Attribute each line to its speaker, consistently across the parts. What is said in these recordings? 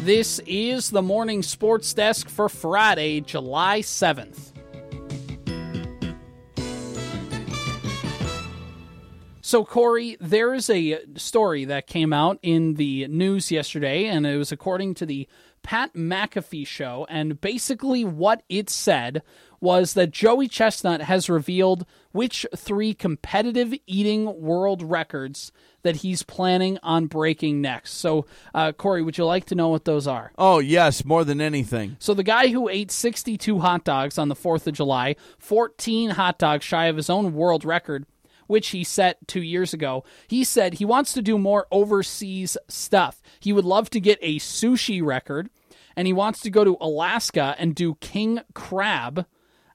Speaker 1: This is the morning sports desk for Friday, July 7th. So, Corey, there is a story that came out in the news yesterday, and it was according to the Pat McAfee show. And basically, what it said was that Joey Chestnut has revealed which three competitive eating world records that he's planning on breaking next. So, uh, Corey, would you like to know what those are?
Speaker 2: Oh, yes, more than anything.
Speaker 1: So the guy who ate 62 hot dogs on the 4th of July, 14 hot dogs shy of his own world record, which he set two years ago, he said he wants to do more overseas stuff. He would love to get a sushi record, and he wants to go to Alaska and do king crab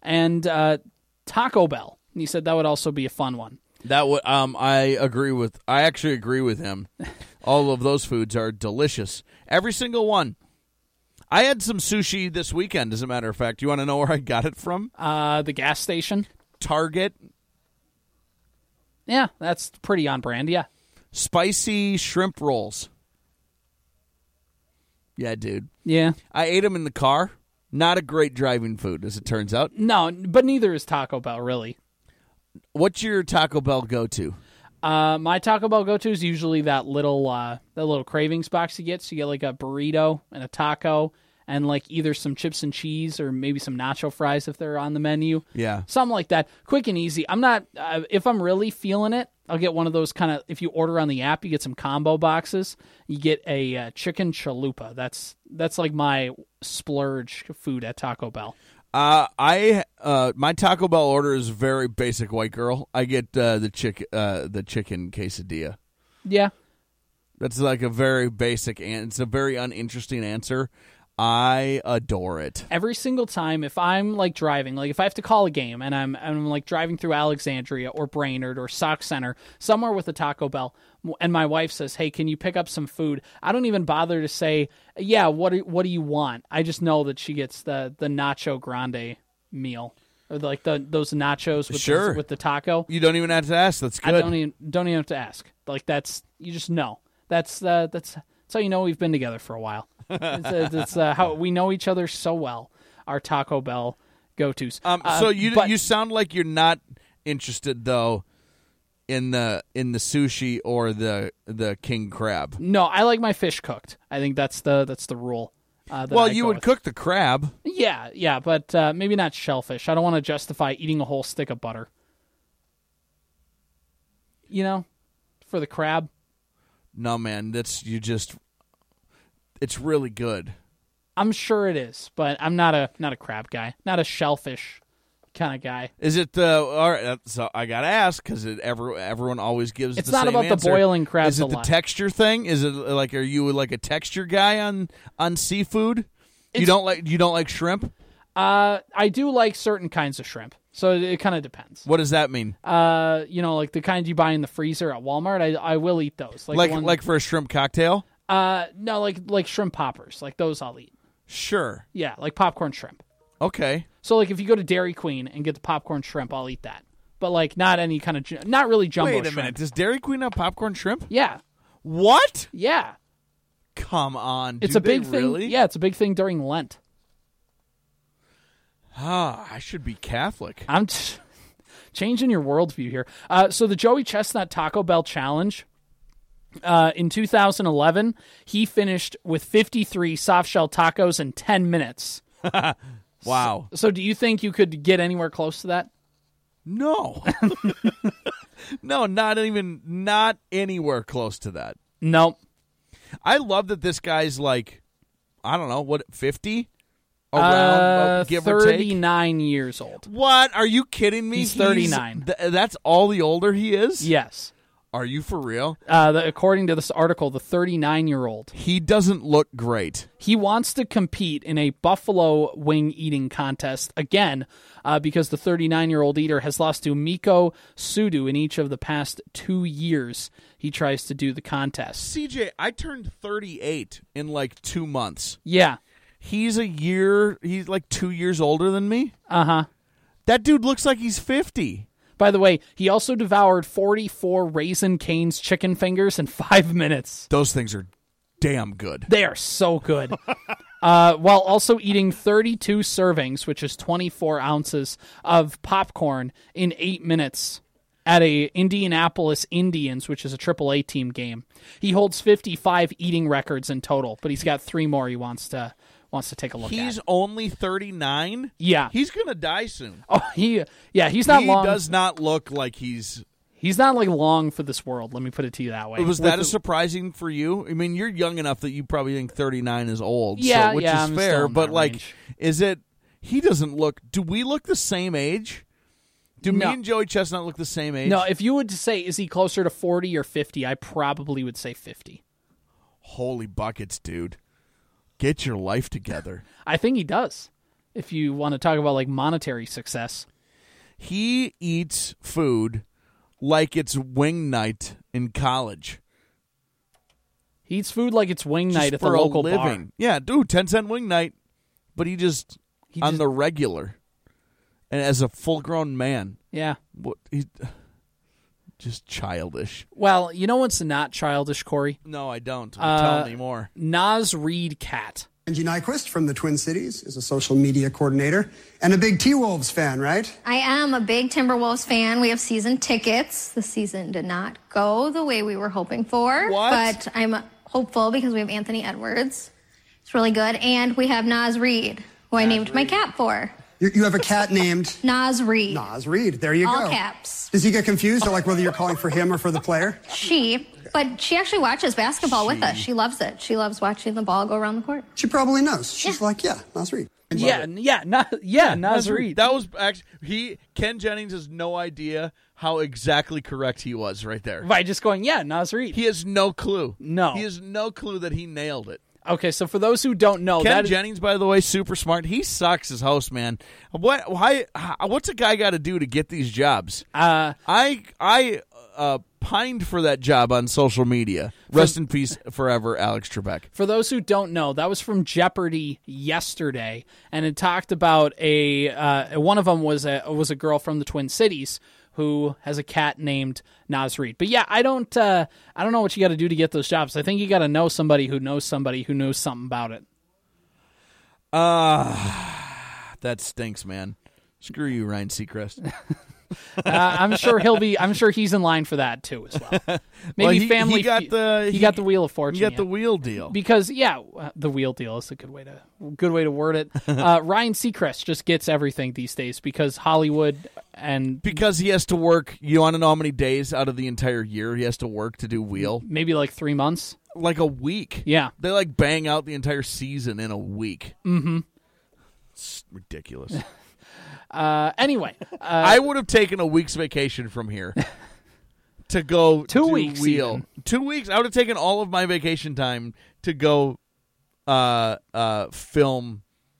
Speaker 1: and uh, Taco Bell. And he said that would also be a fun one.
Speaker 2: That would um I agree with I actually agree with him. All of those foods are delicious. Every single one. I had some sushi this weekend as a matter of fact. You want to know where I got it from?
Speaker 1: Uh, the gas station.
Speaker 2: Target
Speaker 1: Yeah, that's pretty on brand. Yeah.
Speaker 2: spicy shrimp rolls. Yeah, dude.
Speaker 1: Yeah.
Speaker 2: I ate them in the car. Not a great driving food as it turns out.
Speaker 1: No, but neither is Taco Bell, really.
Speaker 2: What's your Taco Bell go to?
Speaker 1: Uh, my Taco Bell go to is usually that little uh, that little cravings box you get. So you get like a burrito and a taco, and like either some chips and cheese or maybe some nacho fries if they're on the menu.
Speaker 2: Yeah.
Speaker 1: something like that. Quick and easy. I'm not uh, if I'm really feeling it. I'll get one of those kind of if you order on the app, you get some combo boxes. You get a uh, chicken chalupa. That's that's like my splurge food at Taco Bell.
Speaker 2: Uh, I uh, my Taco Bell order is very basic, white girl. I get uh, the chick uh, the chicken quesadilla.
Speaker 1: Yeah,
Speaker 2: That's like a very basic and it's a very uninteresting answer. I adore it.
Speaker 1: every single time if I'm like driving, like if I have to call a game and I'm and I'm like driving through Alexandria or Brainerd or Sock Center, somewhere with a Taco Bell, m- and my wife says, "Hey, can you pick up some food?" I don't even bother to say, "Yeah, what do, what do you want?" I just know that she gets the the nacho grande meal or like the those nachos with
Speaker 2: Sure.
Speaker 1: the, with the taco.
Speaker 2: You don't even have to ask. That's
Speaker 1: I
Speaker 2: good.
Speaker 1: don't e- even don't even have to ask. Like that's you just know. That's uh, that's that's how you know we've been together for a while. it's uh, it's, uh, how we know each other so well. Our Taco Bell go tos.
Speaker 2: um, so you
Speaker 1: uh, but,
Speaker 2: you sound like you're not interested though in the in the sushi or the the king crab.
Speaker 1: no, I like my fish cooked. I think that's the that's the rule. Uh, that
Speaker 2: Well,
Speaker 1: I
Speaker 2: you
Speaker 1: go
Speaker 2: would
Speaker 1: with.
Speaker 2: cook the crab.
Speaker 1: Yeah, yeah, but uh, maybe not shellfish. I don't want to justify eating a whole stick of butter. You know, for the crab.
Speaker 2: No, man, that's you just. It's really good.
Speaker 1: I'm sure it is, but I'm not a not a crab guy. Not a shellfish kind of guy.
Speaker 2: Is it the all right? uh, So I gotta ask because it every, everyone always gives.
Speaker 1: It's
Speaker 2: the
Speaker 1: not
Speaker 2: same
Speaker 1: about the
Speaker 2: answer.
Speaker 1: boiling crabs
Speaker 2: Is it the
Speaker 1: alive.
Speaker 2: texture thing? Is it uh, like are you like a texture guy on on seafood? you don't like you don't like shrimp.
Speaker 1: Uh, I do like certain kinds of shrimp, so it, it kind of depends.
Speaker 2: What does that mean?
Speaker 1: Uh, you know, like the kind you buy in the freezer at Walmart, I I will eat those. Like
Speaker 2: like
Speaker 1: the one-
Speaker 2: like for a shrimp cocktail?
Speaker 1: uh, no, like like shrimp poppers, like those I'll eat.
Speaker 2: Sure.
Speaker 1: Yeah, like popcorn shrimp.
Speaker 2: Okay.
Speaker 1: So like if you go to Dairy Queen and get the popcorn shrimp, I'll eat that. But like not any kind of ju- not really jumbo
Speaker 2: Wait a
Speaker 1: shrimp.
Speaker 2: minute. Does Dairy Queen have popcorn shrimp?
Speaker 1: Yeah,
Speaker 2: What?
Speaker 1: yeah.
Speaker 2: Come on.
Speaker 1: It's
Speaker 2: do
Speaker 1: a big
Speaker 2: they
Speaker 1: thing.
Speaker 2: Really?
Speaker 1: Yeah, it's a big thing during Lent.
Speaker 2: Ah, I should be Catholic.
Speaker 1: I'm t- changing your worldview here. Uh, so the Joey Chestnut Taco Bell Challenge. Uh, in 2011, he finished with 53 soft shell tacos in 10 minutes.
Speaker 2: Wow.
Speaker 1: So, do you think you could get anywhere close to that?
Speaker 2: No. no, not even not anywhere close to that.
Speaker 1: Nope.
Speaker 2: I love that this guy's like, I don't know, what fifty around,
Speaker 1: Uh,
Speaker 2: uh, give or take.
Speaker 1: 39 years old.
Speaker 2: What? Are you kidding me?
Speaker 1: He's 39.
Speaker 2: th- that's all the older he is.
Speaker 1: Yes.
Speaker 2: Are you for real?
Speaker 1: Uh, the, according to this article, the 39 year old
Speaker 2: He doesn't look great.
Speaker 1: He wants to compete in a buffalo wing eating contest again uh, because the 39 year old eater has lost to Miko Sudu in each of the past two years. He tries to do the contest.
Speaker 2: CJ, I turned thirty-eight in like two months.
Speaker 1: Yeah.
Speaker 2: He's a year. He's like two years older than me.
Speaker 1: Uh huh.
Speaker 2: That dude looks like he's fifty.
Speaker 1: By the way, he also devoured 44 Raisin Cane's chicken fingers in five minutes.
Speaker 2: Those things are damn good.
Speaker 1: They are so good. uh, while also eating 32 servings, which is 24 ounces of popcorn in eight minutes at a Indianapolis Indians, which is a AAA team game. He holds 55 eating records in total, but he's got three more he wants to wants to take a look
Speaker 2: He's
Speaker 1: at.
Speaker 2: only 39.
Speaker 1: Yeah.
Speaker 2: He's going to die soon.
Speaker 1: Oh, he yeah, he's not
Speaker 2: he
Speaker 1: long.
Speaker 2: does not look like he's.
Speaker 1: He's not like long for this world. Let me put it to you that way.
Speaker 2: Was
Speaker 1: With
Speaker 2: that
Speaker 1: the-
Speaker 2: as surprising for you? I mean, you're young enough that you probably think 39 is old. so-
Speaker 1: Yeah,
Speaker 2: which
Speaker 1: yeah,
Speaker 2: is
Speaker 1: I'm
Speaker 2: fair.
Speaker 1: still in
Speaker 2: but
Speaker 1: that
Speaker 2: like,
Speaker 1: range.
Speaker 2: is it? He doesn't look. Do we look the same age? Do
Speaker 1: No.
Speaker 2: me and Joey Chestnut look the same age?
Speaker 1: No, if you would say is he closer to 40 or 50, I probably would say 50.
Speaker 2: Holy buckets, dude! Get your life together.
Speaker 1: I think he does. If you want to talk about like monetary success,
Speaker 2: he eats food like it's wing night in college.
Speaker 1: he eats food like it's wing night
Speaker 2: Just
Speaker 1: at the
Speaker 2: for a
Speaker 1: local
Speaker 2: living.
Speaker 1: bar.
Speaker 2: Yeah, dude, ten cent wing night, but he just
Speaker 1: He
Speaker 2: on
Speaker 1: just-
Speaker 2: the regular, and as a full grown man,
Speaker 1: Yeah.
Speaker 2: what he just childish.
Speaker 1: Well, you know what's not childish, Corey?
Speaker 2: No, I don't.
Speaker 1: Uh,
Speaker 2: Tell me more.
Speaker 1: Nas Reed Cat.
Speaker 3: Angie Nyquist from the Twin Cities is a social media coordinator and a big T Wolves fan, right?
Speaker 4: I am a big Timberwolves fan. We have season tickets. The season did not go the way we were hoping for,
Speaker 2: What?
Speaker 4: but I'm hopeful because we have Anthony Edwards. It's really good, and we have Nas Reed, who I named my cat for.
Speaker 3: You, you have a cat named
Speaker 4: Nas Reed,
Speaker 3: Nas Reed. There you
Speaker 4: all
Speaker 3: go.
Speaker 4: caps.
Speaker 3: Does he get confused or like whether you're calling for him or for the player?
Speaker 4: She, but she actually watches basketball with us. She loves it. She loves watching the ball go around the court.
Speaker 3: She probably knows. She's like, yeah, Nas Reed.
Speaker 1: Yeah, n- yeah, na- yeah, Nas Reed.
Speaker 2: That was actually he. Ken Jennings has no idea how exactly correct he was right there.
Speaker 1: by just going, yeah, Nas Reed.
Speaker 2: He has no clue.
Speaker 1: No.
Speaker 2: he has no clue that he nailed it.
Speaker 1: okay, so for those who don't know,
Speaker 2: Ken
Speaker 1: that is-
Speaker 2: Jennings, by the way, super smart. He sucks as host, man. What? Why? how- What's a guy got to do to get these jobs? Uh, I I uh, pined for that job on social media. Rest in peace forever, Alex Trebek.
Speaker 1: For those who don't know, that was from Jeopardy yesterday, and it talked about a uh, one of them was a was a girl from the Twin Cities who has a cat named Nas Reed. But yeah, I don't uh, I don't know what you got to do to get those jobs. I think you got to know somebody who knows somebody who knows something about it.
Speaker 2: That stinks, man. Screw you, Ryan Seacrest.
Speaker 1: Uh, I'm sure he'll be. I'm sure he's in line for that too as well. Maybe
Speaker 2: Well, he- he
Speaker 1: family.
Speaker 2: got
Speaker 1: Fe-
Speaker 2: the-
Speaker 1: he,
Speaker 2: he-
Speaker 1: got the wheel of
Speaker 2: You
Speaker 1: fortune.
Speaker 2: got the
Speaker 1: yeah.
Speaker 2: wheel deal.
Speaker 1: because yeah, uh, the wheel deal is a good way to good way to word it. Uh, Ryan Seacrest just gets everything these days because Hollywood and
Speaker 2: Because he has to work. You want to know how many days out of the entire year he has to work to do wheel?
Speaker 1: maybe like three months.
Speaker 2: Like a week.
Speaker 1: Yeah.
Speaker 2: They like bang out the entire season in a week. Mm-hmm. It's ridiculous.
Speaker 1: Uh, anyway, uh,
Speaker 2: I would have taken a week's vacation from here to go
Speaker 1: Two
Speaker 2: do
Speaker 1: weeks
Speaker 2: Wheel.
Speaker 1: even.
Speaker 2: Two weeks. I would have taken all of my vacation time to go uh, uh, film